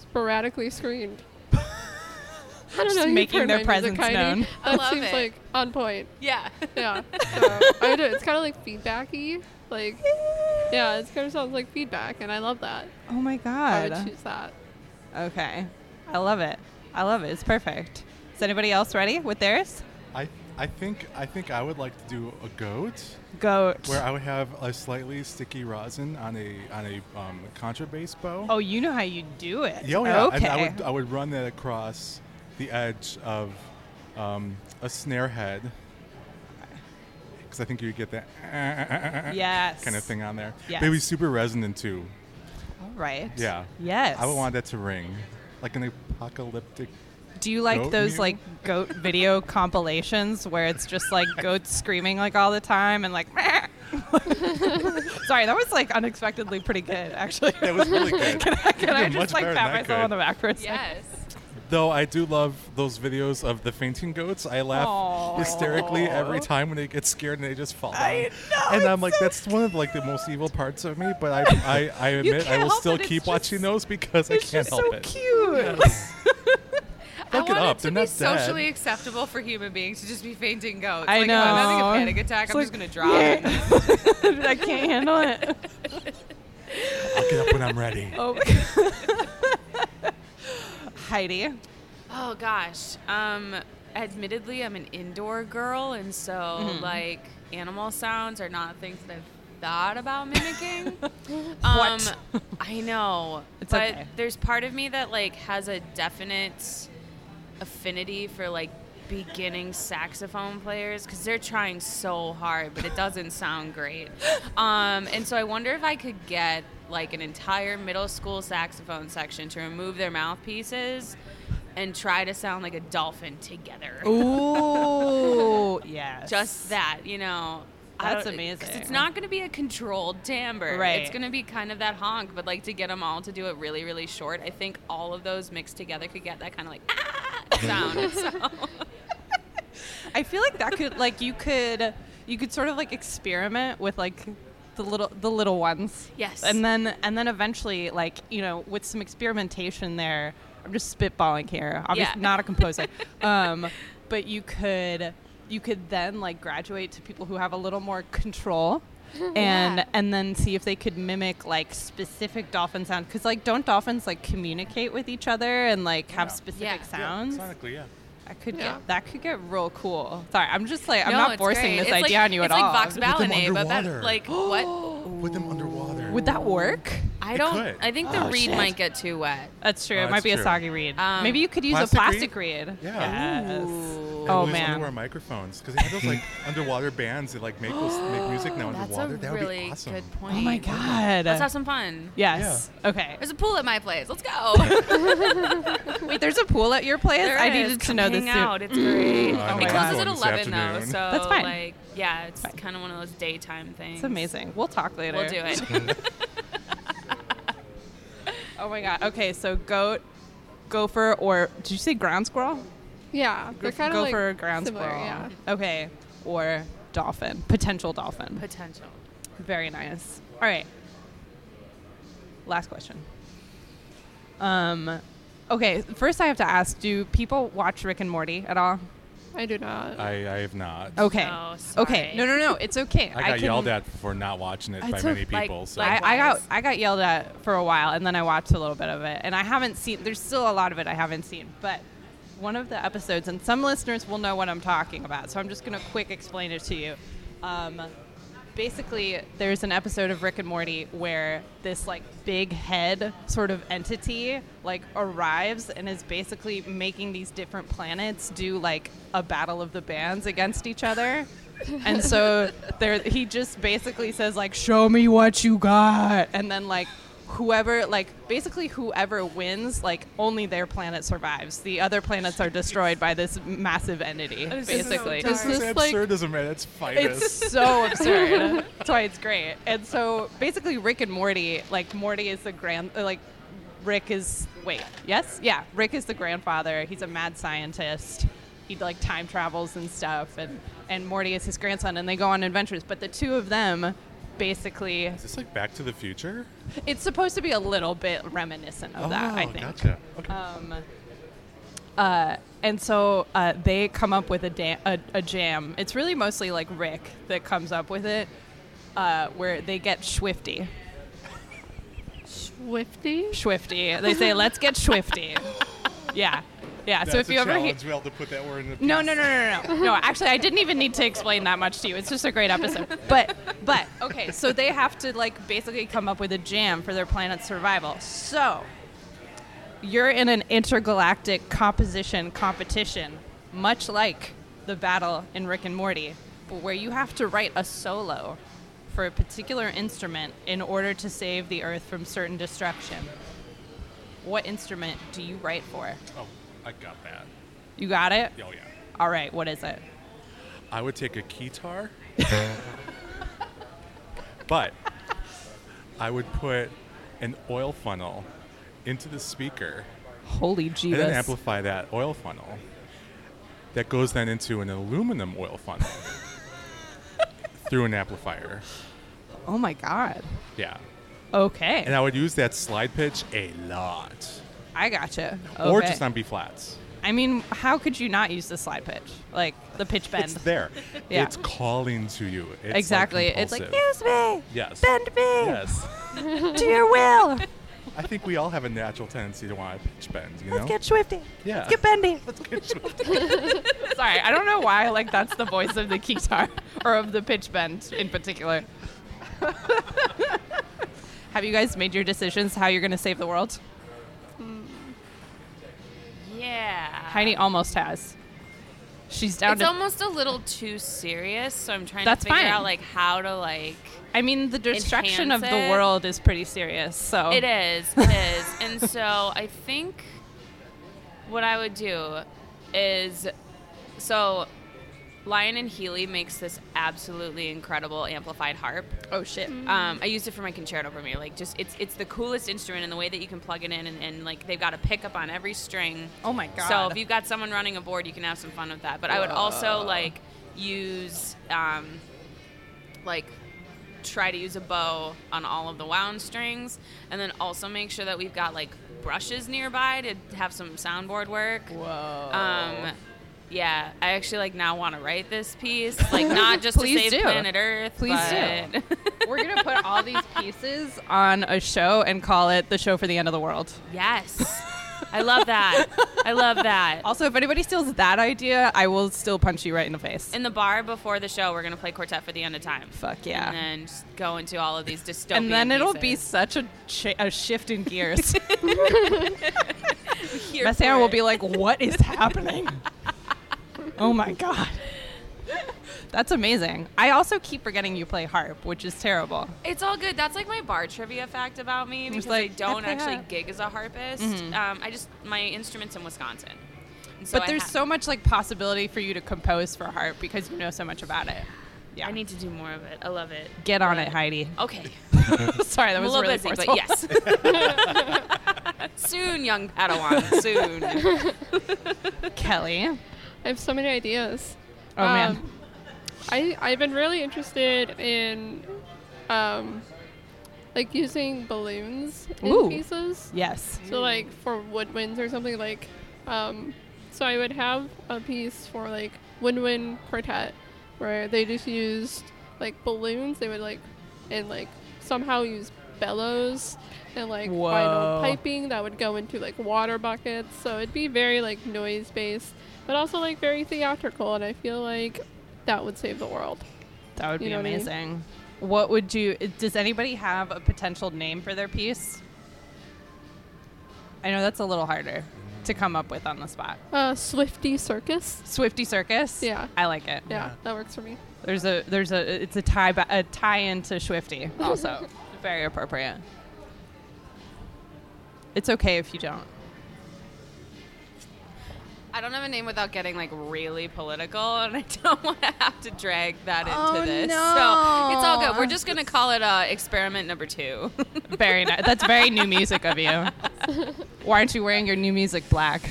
Speaker 3: sporadically screened. I don't
Speaker 1: Just
Speaker 3: know. you
Speaker 1: making
Speaker 3: put
Speaker 1: their
Speaker 3: my music
Speaker 1: presence
Speaker 3: hiding.
Speaker 1: known.
Speaker 6: I
Speaker 3: That
Speaker 6: love
Speaker 3: seems
Speaker 6: it.
Speaker 3: like on point.
Speaker 6: Yeah.
Speaker 3: Yeah. So I would do it. It's kind of like feedbacky. Like, yeah, it kind of sounds like feedback, and I love that.
Speaker 1: Oh my
Speaker 3: I
Speaker 1: god.
Speaker 3: would choose that.
Speaker 1: okay, I love it. I love it. It's perfect. Is anybody else ready with theirs?
Speaker 4: I I think I think I would like to do a goat
Speaker 1: Goat.
Speaker 4: where I would have a slightly sticky rosin on a on a um, contrabass bow.
Speaker 1: oh, you know how you do it.
Speaker 4: Yeah, oh, yeah.
Speaker 1: Okay.
Speaker 4: And I would I would run that across the edge of um, a snare head because I think you would get that uh,
Speaker 1: yes.
Speaker 4: kind of thing on there.
Speaker 1: Yes.
Speaker 4: Maybe super resonant too.
Speaker 1: All right.
Speaker 4: Yeah.
Speaker 1: Yes.
Speaker 4: I would want that to ring, like an apocalyptic.
Speaker 1: Do you like
Speaker 4: Goat
Speaker 1: those
Speaker 4: meal?
Speaker 1: like goat video compilations where it's just like goats screaming like all the time and like? Sorry, that was like unexpectedly pretty good actually.
Speaker 4: That was really good.
Speaker 1: Can I
Speaker 4: did much
Speaker 1: just like
Speaker 4: better than
Speaker 1: pat
Speaker 4: that
Speaker 1: myself
Speaker 4: guy.
Speaker 1: on the back for a second?
Speaker 6: Yes.
Speaker 4: Though I do love those videos of the fainting goats. I laugh
Speaker 1: Aw.
Speaker 4: hysterically every time when they get scared and they just fall down.
Speaker 1: I know,
Speaker 4: and
Speaker 1: it's
Speaker 4: I'm like,
Speaker 1: so
Speaker 4: that's one of like the most evil parts of me. But I, I, I admit I
Speaker 1: can't
Speaker 4: will
Speaker 1: help
Speaker 4: still
Speaker 1: it, it's
Speaker 4: keep
Speaker 1: just-
Speaker 4: watching those because I
Speaker 1: It's
Speaker 4: can't
Speaker 1: just
Speaker 4: help
Speaker 1: so
Speaker 4: it.
Speaker 1: cute.
Speaker 6: I
Speaker 4: Look
Speaker 6: want
Speaker 4: it up.
Speaker 6: it
Speaker 4: They're
Speaker 6: to be
Speaker 4: not dead.
Speaker 6: socially acceptable for human beings to just be fainting goats.
Speaker 1: I
Speaker 6: like, oh, I'm having
Speaker 1: know.
Speaker 6: a panic attack.
Speaker 1: It's
Speaker 6: I'm
Speaker 1: like,
Speaker 6: just gonna drop. it.
Speaker 1: I can't handle it.
Speaker 4: I'll get up when I'm ready.
Speaker 1: Oh. Heidi.
Speaker 2: oh gosh. Um, admittedly, I'm an indoor girl, and so
Speaker 1: Mm-hmm.
Speaker 2: like animal sounds are not things that I've thought about mimicking. um,
Speaker 1: What?
Speaker 2: I know,
Speaker 1: It's
Speaker 2: but
Speaker 1: okay.
Speaker 2: there's part of me that like has a definite affinity for like beginning saxophone players because they're trying so hard but it doesn't sound great um, and so i wonder if i could get like an entire middle school saxophone section to remove their mouthpieces and try to sound like a dolphin together
Speaker 1: Ooh, yes.
Speaker 2: just that you know I
Speaker 1: That's
Speaker 2: don't- 'cause it's
Speaker 1: amazing.
Speaker 2: not going to be a controlled timbre
Speaker 1: Right.
Speaker 2: it's going to be kind of that honk but like to get them all to do it really really short i think all of those mixed together could get that kind of like ah sound so
Speaker 1: I feel like that could like you could you could sort of like experiment with like the little the little ones.
Speaker 2: Yes.
Speaker 1: And then and then eventually like, you know, with some experimentation there. I'm just spitballing here. Obviously
Speaker 2: Yeah.
Speaker 1: not a composer. um but you could you could then like graduate to people who have a little more control and and then see if they could mimic like specific dolphin sound cuz like don't dolphins like communicate with each other and like have
Speaker 4: Yeah.
Speaker 1: specific
Speaker 2: Yeah.
Speaker 1: sounds?
Speaker 4: Yeah, sonically, yeah.
Speaker 1: I could
Speaker 3: Yeah.
Speaker 1: get that could get real cool. Sorry, I'm just like I'm
Speaker 2: No,
Speaker 1: not
Speaker 2: it's
Speaker 1: forcing
Speaker 2: great.
Speaker 1: this
Speaker 2: It's
Speaker 1: idea
Speaker 2: like,
Speaker 1: on you
Speaker 2: it's
Speaker 1: at
Speaker 2: like
Speaker 1: all.
Speaker 2: Vox
Speaker 4: Put them
Speaker 2: Ballinet, but
Speaker 4: underwater.
Speaker 2: that like what?
Speaker 4: Put them underwater.
Speaker 1: Would that work?
Speaker 2: I
Speaker 4: It
Speaker 2: don't.
Speaker 4: could.
Speaker 2: I think
Speaker 1: Oh,
Speaker 2: the reed might get too wet.
Speaker 1: That's true. it
Speaker 4: Oh,
Speaker 1: might
Speaker 4: that's
Speaker 1: be a
Speaker 4: true.
Speaker 1: soggy reed.
Speaker 2: Um,
Speaker 1: Maybe you could use
Speaker 4: Plastic
Speaker 1: a plastic reed.
Speaker 4: Yeah.
Speaker 1: Yes.
Speaker 4: And
Speaker 1: Oh
Speaker 4: all these
Speaker 1: man.
Speaker 4: Underwater microphones because they have those like underwater bands that like make those, make music now
Speaker 2: That's
Speaker 4: underwater.
Speaker 2: a
Speaker 4: that would
Speaker 2: really
Speaker 4: be awesome.
Speaker 2: good point.
Speaker 1: Oh my god.
Speaker 2: Let's have some fun.
Speaker 1: yes. Okay.
Speaker 2: There's a pool at my place. Let's go.
Speaker 1: Wait, there's a pool at your place.
Speaker 2: There
Speaker 1: I
Speaker 2: is.
Speaker 1: needed to
Speaker 2: Come
Speaker 1: know
Speaker 2: hang
Speaker 1: this
Speaker 2: out.
Speaker 1: soon.
Speaker 2: It's great.
Speaker 4: Oh, I know,
Speaker 1: I'm
Speaker 2: it closes at
Speaker 4: going this
Speaker 2: 11 though,
Speaker 4: afternoon.
Speaker 2: so
Speaker 1: That's fine.
Speaker 2: like yeah, it's
Speaker 1: Fine.
Speaker 2: kind of one of those daytime things.
Speaker 1: It's amazing. We'll talk later.
Speaker 2: We'll do it.
Speaker 1: Oh my god. Okay, so goat, gopher, or did you say ground squirrel?
Speaker 3: Yeah, they're kind of like
Speaker 1: gopher, ground
Speaker 3: similar,
Speaker 1: squirrel.
Speaker 3: Yeah.
Speaker 1: Okay, or dolphin, potential dolphin.
Speaker 2: Potential.
Speaker 1: Very nice. All right. Last question. Um, okay. First, I have to ask: Do people watch Rick and Morty at all?
Speaker 3: I do not.
Speaker 4: I, I have not.
Speaker 1: Okay.
Speaker 2: No,
Speaker 1: Okay.
Speaker 2: sorry.
Speaker 1: No, no, no. It's okay.
Speaker 4: I got
Speaker 1: can-
Speaker 4: yelled at for not watching it by
Speaker 1: It's
Speaker 4: many
Speaker 1: okay.
Speaker 4: people.
Speaker 2: Like-
Speaker 4: so
Speaker 2: like-
Speaker 1: I, I got
Speaker 2: Likewise.
Speaker 1: I got yelled at for a while, and then I watched a little bit of it, and I haven't seen. There's still a lot of it I haven't seen, but one of the episodes, and some listeners will know what I'm talking about, so I'm just gonna quick explain it to you. Um, basically, there's an episode of Rick and Morty where this like big head sort of entity like arrives and is basically making these different planets do like a battle of the bands against each other. and so there he just basically says like show me what you got and then like whoever like basically whoever wins like only their planet survives the other planets are destroyed by this massive entity basically
Speaker 3: dark. Is
Speaker 4: This
Speaker 3: this, like-
Speaker 4: absurdism at its finest.
Speaker 1: it's so absurd. That's why it's great. And so basically, Rick and Morty, like Morty is the grand, uh, like Rick is wait, yes, yeah, Rick is the grandfather. He's a mad scientist. He like time travels and stuff, and and Morty is his grandson, and they go on adventures. But the two of them, basically,
Speaker 4: Is this like Back to the Future?
Speaker 1: it's supposed to be a little bit reminiscent of that.
Speaker 4: oh,
Speaker 1: I think.
Speaker 4: gotcha. Okay.
Speaker 1: Um, uh, and so uh, they come up with a, da- a, a jam. It's really mostly like Rick that comes up with it, uh, where they get swifty.
Speaker 3: Swifty.
Speaker 1: Swifty. They say, let's get swifty. Yeah. Yeah. so if
Speaker 4: That's a
Speaker 1: you ever hear.
Speaker 4: challenge. We all have to put that word in the
Speaker 1: No, no, no, no, no, no. No, actually, I didn't even need to explain that much to you. It's just a great episode. But, but okay. So they have to like basically come up with a jam for their planet's survival. So you're in an intergalactic composition competition, much like the battle in Rick and Morty, but where you have to write a solo for a particular instrument in order to save the Earth from certain destruction. What instrument do you write for?
Speaker 4: Oh, I got that.
Speaker 1: You got it?
Speaker 4: Oh yeah.
Speaker 1: All right, what is it?
Speaker 4: I would take a guitar, but I would put an oil funnel into the speaker
Speaker 1: Holy
Speaker 4: and then
Speaker 1: Jesus.
Speaker 4: amplify that oil funnel. That goes then into an aluminum oil funnel through an amplifier.
Speaker 1: Oh my God.
Speaker 4: Yeah.
Speaker 1: Okay.
Speaker 4: And I would use that slide pitch a lot.
Speaker 1: I gotcha.
Speaker 4: Or
Speaker 1: Okay.
Speaker 4: just on B flats.
Speaker 1: I mean, how could you not use the slide pitch? Like the pitch bend.
Speaker 4: It's there.
Speaker 1: Yeah.
Speaker 4: It's calling to you. It's like,
Speaker 1: exactly. it's like,
Speaker 4: compulsive.
Speaker 1: use me.
Speaker 4: yes.
Speaker 1: bend me.
Speaker 4: Yes.
Speaker 1: to your will.
Speaker 4: I think we all have a natural tendency to want to pitch bend. You know?
Speaker 1: swifty.
Speaker 4: yeah.
Speaker 1: bendy.
Speaker 4: Let's get you.
Speaker 1: Sorry, I don't know why. Like that's the voice of the guitar or of the pitch bend in particular. Have you guys made your decisions how you're going to save the world?
Speaker 2: Yeah.
Speaker 1: Heidi almost has. She's down
Speaker 2: It's
Speaker 1: to.
Speaker 2: almost a little too serious, so I'm trying
Speaker 1: That's
Speaker 2: to figure
Speaker 1: fine.
Speaker 2: out like how to like.
Speaker 1: I mean, the destruction of the
Speaker 2: enhance it.
Speaker 1: world is pretty serious. So
Speaker 2: It is, it is, and so I think what I would do is so. Lion and Healy makes this absolutely incredible amplified harp.
Speaker 1: Oh shit.
Speaker 2: Um, I used it for my concerto premiere. Like, just it's it's the coolest instrument, and the way that you can plug it in, and, and like they've got a pickup on every string.
Speaker 1: Oh my god.
Speaker 2: So if you've got someone running a board, you can have some fun with that. But I would also like use um, like try to use a bow on all of the wound strings, and then also make sure that we've got like brushes nearby to have some soundboard work.
Speaker 1: Whoa.
Speaker 2: Um, yeah, I actually like now want to write this piece, like not just to
Speaker 1: Please
Speaker 2: save
Speaker 1: do.
Speaker 2: planet Earth.
Speaker 1: Please do.
Speaker 2: but
Speaker 1: We're gonna put all these pieces on a show and call it the show for the end of the world.
Speaker 2: yes, I love that. I love that.
Speaker 1: Also, if anybody steals that idea, I will still punch you right in the face.
Speaker 2: In the bar before the show, we're gonna play Quartet for the End of Time.
Speaker 1: Fuck yeah.
Speaker 2: And then just go into all of these dystopian.
Speaker 1: And then it'll be
Speaker 2: pieces.
Speaker 1: such a, ch- a shift in gears.
Speaker 2: Here
Speaker 1: Messiah
Speaker 2: for
Speaker 1: will
Speaker 2: it.
Speaker 1: be like, "What is happening?" oh my god, that's amazing. I also keep forgetting you play harp, which is terrible.
Speaker 2: It's all good. That's like my bar trivia fact about me
Speaker 1: It's
Speaker 2: because
Speaker 1: like,
Speaker 2: I
Speaker 1: I
Speaker 2: don't
Speaker 1: play
Speaker 2: actually
Speaker 1: harp.
Speaker 2: gig as a harpist. Um, I just my instruments in Wisconsin. And so
Speaker 1: but
Speaker 2: I
Speaker 1: there's
Speaker 2: ha-
Speaker 1: so much like possibility for you to compose for harp because you know so much about it. Yeah,
Speaker 2: I need to do more of it. I love it.
Speaker 1: get on
Speaker 2: Love
Speaker 1: it, Heidi.
Speaker 2: Okay.
Speaker 1: Sorry, that
Speaker 2: I'm
Speaker 1: was
Speaker 2: a little
Speaker 1: really
Speaker 2: busy,
Speaker 1: forceful.
Speaker 2: but yes. soon, young Padawan. Soon.
Speaker 1: Kelly. Oh
Speaker 3: I have so many ideas.
Speaker 1: man,
Speaker 3: Um, I I've been really interested in, um, like using balloons in
Speaker 1: Ooh.
Speaker 3: pieces.
Speaker 1: yes.
Speaker 3: So like for woodwinds or something like, um, so I would have a piece for like woodwind quartet where they just used like balloons. They would like and like somehow use bellows and like
Speaker 1: Whoa.
Speaker 3: vinyl piping that would go into like water buckets. So it'd be very like noise based, but also like very theatrical. And I feel like that would save the world.
Speaker 1: That would
Speaker 3: You
Speaker 1: be
Speaker 3: know what I mean?
Speaker 1: amazing. What would you? Does anybody have a potential name for their piece? I know that's a little harder to come up with on the spot.
Speaker 3: Uh, Swifty Circus.
Speaker 1: Swifty Circus.
Speaker 3: Yeah.
Speaker 1: I like it.
Speaker 3: Yeah,
Speaker 4: Yeah.
Speaker 3: that works for me.
Speaker 1: There's a there's a it's a tie ba- a tie into Swifty also. Very appropriate. It's okay if you don't.
Speaker 2: I don't have a name without getting like really political, and I don't want to have to drag that into
Speaker 1: Oh,
Speaker 2: this.
Speaker 1: no.
Speaker 2: So it's all good. We're just gonna call it uh, experiment number two.
Speaker 1: Very nice. That's very new music of you. Why aren't you wearing your new music black?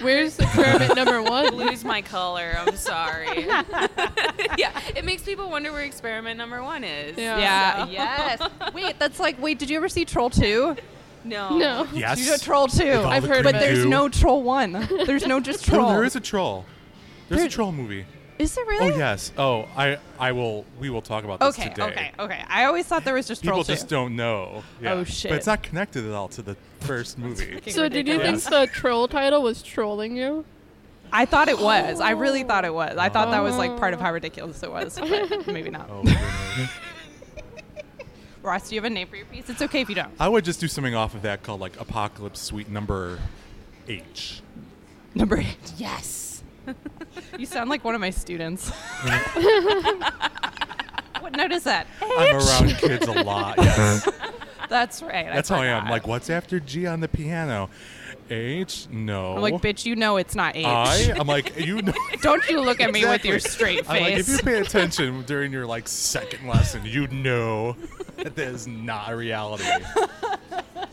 Speaker 3: Where's experiment number one?
Speaker 2: Lose my color. I'm sorry. yeah, it makes people wonder where experiment number one is.
Speaker 3: Yeah.
Speaker 1: Yeah. Yes. Wait, that's like wait. Did you ever see Troll Two?
Speaker 2: No.
Speaker 3: No.
Speaker 4: Yes.
Speaker 1: You know Troll Two.
Speaker 4: With all
Speaker 3: I've
Speaker 4: the
Speaker 3: heard of
Speaker 4: clean
Speaker 3: it.
Speaker 1: But there's
Speaker 4: goo.
Speaker 1: no troll one. There's no just
Speaker 4: No,
Speaker 1: troll.
Speaker 4: there is a troll. There's a
Speaker 1: There-
Speaker 4: troll movie.
Speaker 1: Is there
Speaker 4: Oh
Speaker 1: really?
Speaker 4: yes. Oh, I I will. We will talk about this
Speaker 1: Okay.
Speaker 4: today.
Speaker 1: Okay. Okay. I always thought there was just
Speaker 4: People
Speaker 1: troll
Speaker 4: just
Speaker 1: two.
Speaker 4: don't know. Yeah.
Speaker 1: Oh,
Speaker 4: But
Speaker 1: shit.
Speaker 4: it's not connected at all to the first movie.
Speaker 3: So did you think
Speaker 4: ridiculous.
Speaker 3: the troll title was trolling you?
Speaker 1: I thought it was. I really thought it was. I thought that was like part of how ridiculous it was, but maybe not.
Speaker 4: Oh, goodness.
Speaker 1: Ross, do you have a name for your piece? It's okay if you don't.
Speaker 4: I would just do something off of that called like Apocalypse Suite Number H.
Speaker 1: Number eight.
Speaker 2: Yes.
Speaker 1: You sound like one of my students. what note is that?
Speaker 4: I'm around kids a lot. Yes.
Speaker 1: That's right.
Speaker 4: That's how I am.
Speaker 1: forgot.
Speaker 4: Like, what's after G on the piano? H? No.
Speaker 1: I'm like, bitch, you know it's not H.
Speaker 4: I? I'm like, you know.
Speaker 1: Don't you look at me with your
Speaker 4: Exactly.
Speaker 1: straight
Speaker 4: I'm like, if you
Speaker 1: face.
Speaker 4: pay attention during your like second lesson, you know that that is not a reality.
Speaker 3: That's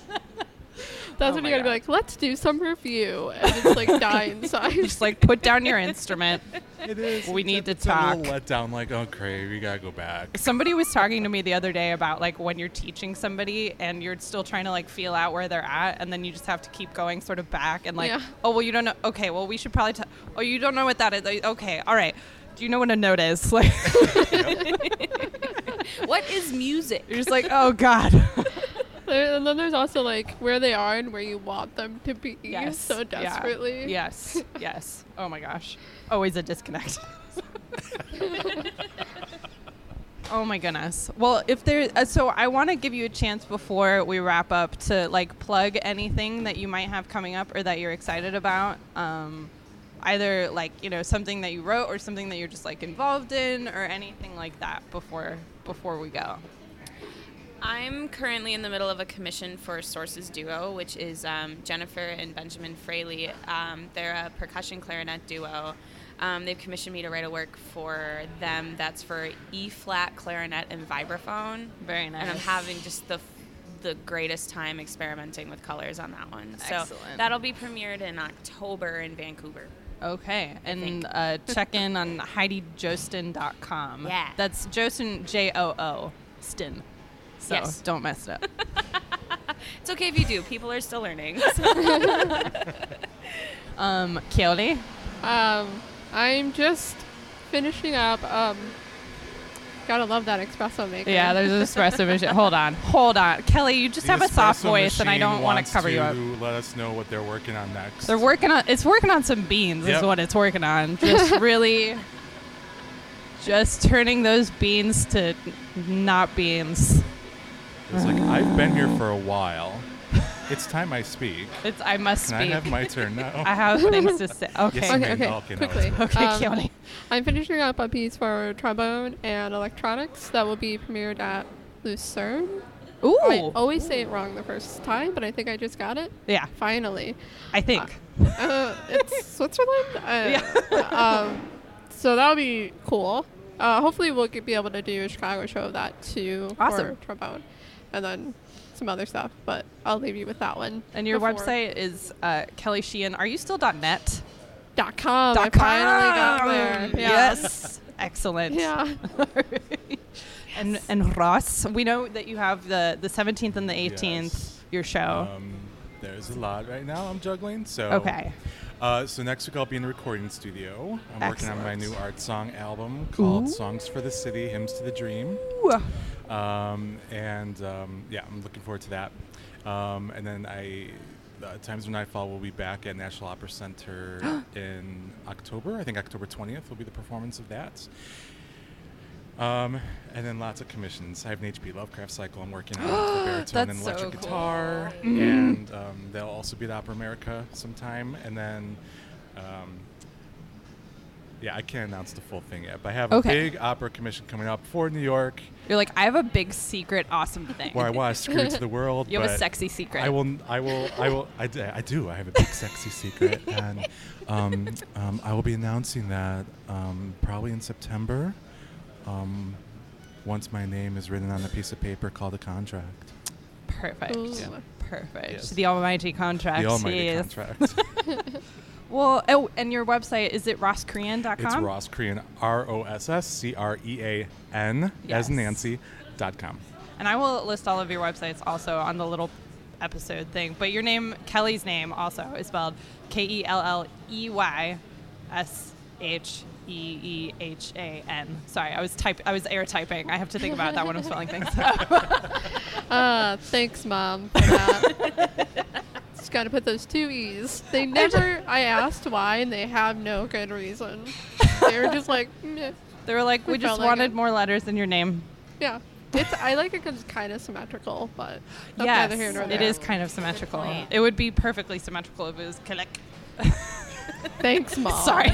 Speaker 1: Oh
Speaker 3: when
Speaker 1: my
Speaker 3: you gotta be
Speaker 1: God.
Speaker 3: like, let's do some review, and it's like die inside.
Speaker 1: just like put down your instrument.
Speaker 4: It is.
Speaker 1: We need to
Speaker 4: It's a little
Speaker 1: talk.
Speaker 4: let down. Like, oh, great, we gotta go back.
Speaker 1: Somebody was talking to me the other day about like when you're teaching somebody and you're still trying to like feel out where they're at, and then you just have to keep going sort of back and like,
Speaker 3: Yeah.
Speaker 1: oh well, you don't know. Okay, well we should probably. T- oh, you don't know what that is. Uh, Okay, all right. Do you know what a note is? Like
Speaker 2: What is music?
Speaker 1: you're just like, oh god.
Speaker 3: There, and then there's also like where they are and where you want them to be so
Speaker 1: Yeah.
Speaker 3: desperately.
Speaker 1: Yes. Yes. Oh my gosh. Always a disconnect. oh my goodness. Well, if there, uh, so I want to give you a chance before we wrap up to like plug anything that you might have coming up or that you're excited about. Um, either like you know something that you wrote or something that you're just like involved in or anything like that before before we go.
Speaker 2: I'm currently in the middle of a commission for Sources Duo, which is um, Jennifer and Benjamin Fraley. Um, they're a percussion clarinet duo. Um, they've commissioned me to write a work for them that's for E flat clarinet and vibraphone.
Speaker 1: Very
Speaker 2: And I'm having just the f- the greatest time experimenting with colors on that one. So
Speaker 1: Excellent.
Speaker 2: that'll be premiered in October in Vancouver.
Speaker 1: Okay, and uh, check in on HeidiJostin.com.
Speaker 2: Yeah.
Speaker 1: that's Jostin J O O Stin. So
Speaker 2: Yes.
Speaker 1: don't mess it up.
Speaker 2: It's okay if you do. People are still learning.
Speaker 1: um, Kioli,
Speaker 3: Um, I'm just finishing up. Um, gotta love that espresso maker.
Speaker 1: yeah, there's an espresso machine. Hold on, hold on, Kelly. You just
Speaker 4: The
Speaker 1: have a soft
Speaker 4: espresso
Speaker 1: voice, and I
Speaker 4: machine
Speaker 1: don't want
Speaker 4: wants
Speaker 1: to cover you up.
Speaker 4: Let us know what they're working on next.
Speaker 1: They're working on. It's working on some beans. Is
Speaker 4: Yep.
Speaker 1: what it's working on. Just really, just turning those beans to not beans.
Speaker 4: It's like I've been here for a while. It's time I speak.
Speaker 1: It's. I must
Speaker 4: Can
Speaker 1: speak.
Speaker 4: I have my turn now?
Speaker 1: I have things to say. Okay.
Speaker 4: Yes, you
Speaker 3: Okay,
Speaker 4: Mary
Speaker 3: okay,
Speaker 4: Malkin, that was
Speaker 3: quickly.
Speaker 4: her.
Speaker 1: Okay,
Speaker 3: Um,
Speaker 1: Keone.
Speaker 3: I'm finishing up a piece for trombone and electronics that will be premiered at Lucerne.
Speaker 1: Ooh.
Speaker 2: oh,
Speaker 3: I always say it wrong the first time, but I think I just got it.
Speaker 1: yeah.
Speaker 3: Finally.
Speaker 1: I think.
Speaker 3: Uh, it's Switzerland. Uh, um, so that'll be cool. Uh, hopefully, we'll get, be able to do a Chicago show of that too
Speaker 1: Awesome.
Speaker 3: for trombone, and then some other stuff. But I'll leave you with that one.
Speaker 1: And your
Speaker 3: before-
Speaker 1: website is uh, Kelly Sheehan. Are you still .net?
Speaker 3: dot com. Oh, I finally got there. Yeah.
Speaker 1: Yes. Excellent.
Speaker 3: Yeah.
Speaker 1: And and Ross, we know that you have the the 17th and the 18th
Speaker 4: Yes.
Speaker 1: your show.
Speaker 4: Um, there's a lot right now I'm juggling. So
Speaker 1: okay.
Speaker 4: Uh, so next week I'll be in the recording studio. I'm working on my
Speaker 1: Excellent.
Speaker 4: new art song album called "Songs for the City: Hymns to the Dream." Um, and um, yeah, I'm looking forward to that. Um, and then I, uh, Times of Nightfall will be back at National Opera Center in October. I think October 20th will be the performance of that. Um, and then lots of commissions. I have an H.P. Lovecraft cycle I'm working on for baritone and
Speaker 1: That's
Speaker 4: electric
Speaker 1: so cool. Mm-hmm.
Speaker 4: guitar, and um, that'll also be at Opera America sometime. And then, um, yeah, I can't announce the full thing yet, but I have
Speaker 1: Okay.
Speaker 4: a big opera commission coming up for New York
Speaker 1: You're like I have a big secret awesome thing.
Speaker 4: where I want to screw to the world.
Speaker 1: you have a
Speaker 4: but
Speaker 1: sexy secret.
Speaker 4: I will. I will. I will. I, d- I do. I have a big sexy secret, and um, um, I will be announcing that um, probably in September. Um, once my name is written on a piece of paper called a contract,
Speaker 1: Perfect.
Speaker 3: Ooh.
Speaker 1: Perfect.
Speaker 4: Yes.
Speaker 1: The almighty contract.
Speaker 4: the almighty
Speaker 1: yes.
Speaker 4: contract.
Speaker 1: Well, oh, and your website is it rosscrean.com?
Speaker 4: it's Ross Crean, R O S S C R E A N, as in
Speaker 1: Yes.
Speaker 4: Nancy, dot com.
Speaker 1: And I will list all of your websites also on the little episode thing. But your name, Kelly's name, also is spelled K E L L E Y S H E E H A N. Sorry, I was type I was air typing. I have to think about that when I'm spelling things out.
Speaker 3: Uh, thanks, mom. For that. Just gotta put those two e's. They never. I asked why, and they have no good reason. They were just like, "Meh."
Speaker 1: They were like, we,
Speaker 3: We
Speaker 1: just
Speaker 3: felt like
Speaker 1: wanted
Speaker 3: it.
Speaker 1: more letters in your name.
Speaker 3: yeah. It's. I like it because it's kind of symmetrical, but that's neither here nor
Speaker 1: it
Speaker 3: there.
Speaker 1: is kind of symmetrical.
Speaker 2: point.
Speaker 1: It would be perfectly symmetrical if it was Kelly.
Speaker 3: Thanks, mom.
Speaker 1: Sorry,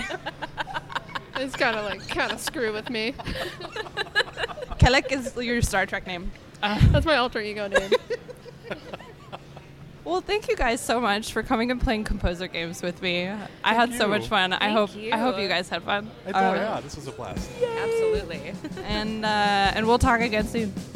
Speaker 3: It's kind of like kind of screw with me.
Speaker 1: Kelek is your Star Trek name.
Speaker 3: That's my alter ego name.
Speaker 1: Well, thank you guys so much for coming and playing composer games with me. I had so
Speaker 4: you.
Speaker 1: much fun. I
Speaker 2: Thank
Speaker 1: hope I
Speaker 2: you.
Speaker 1: hope you guys had fun.
Speaker 4: I thought, ah,
Speaker 1: Um,
Speaker 4: yeah, this was a blast.
Speaker 2: Absolutely.
Speaker 1: And uh, and we'll talk again soon.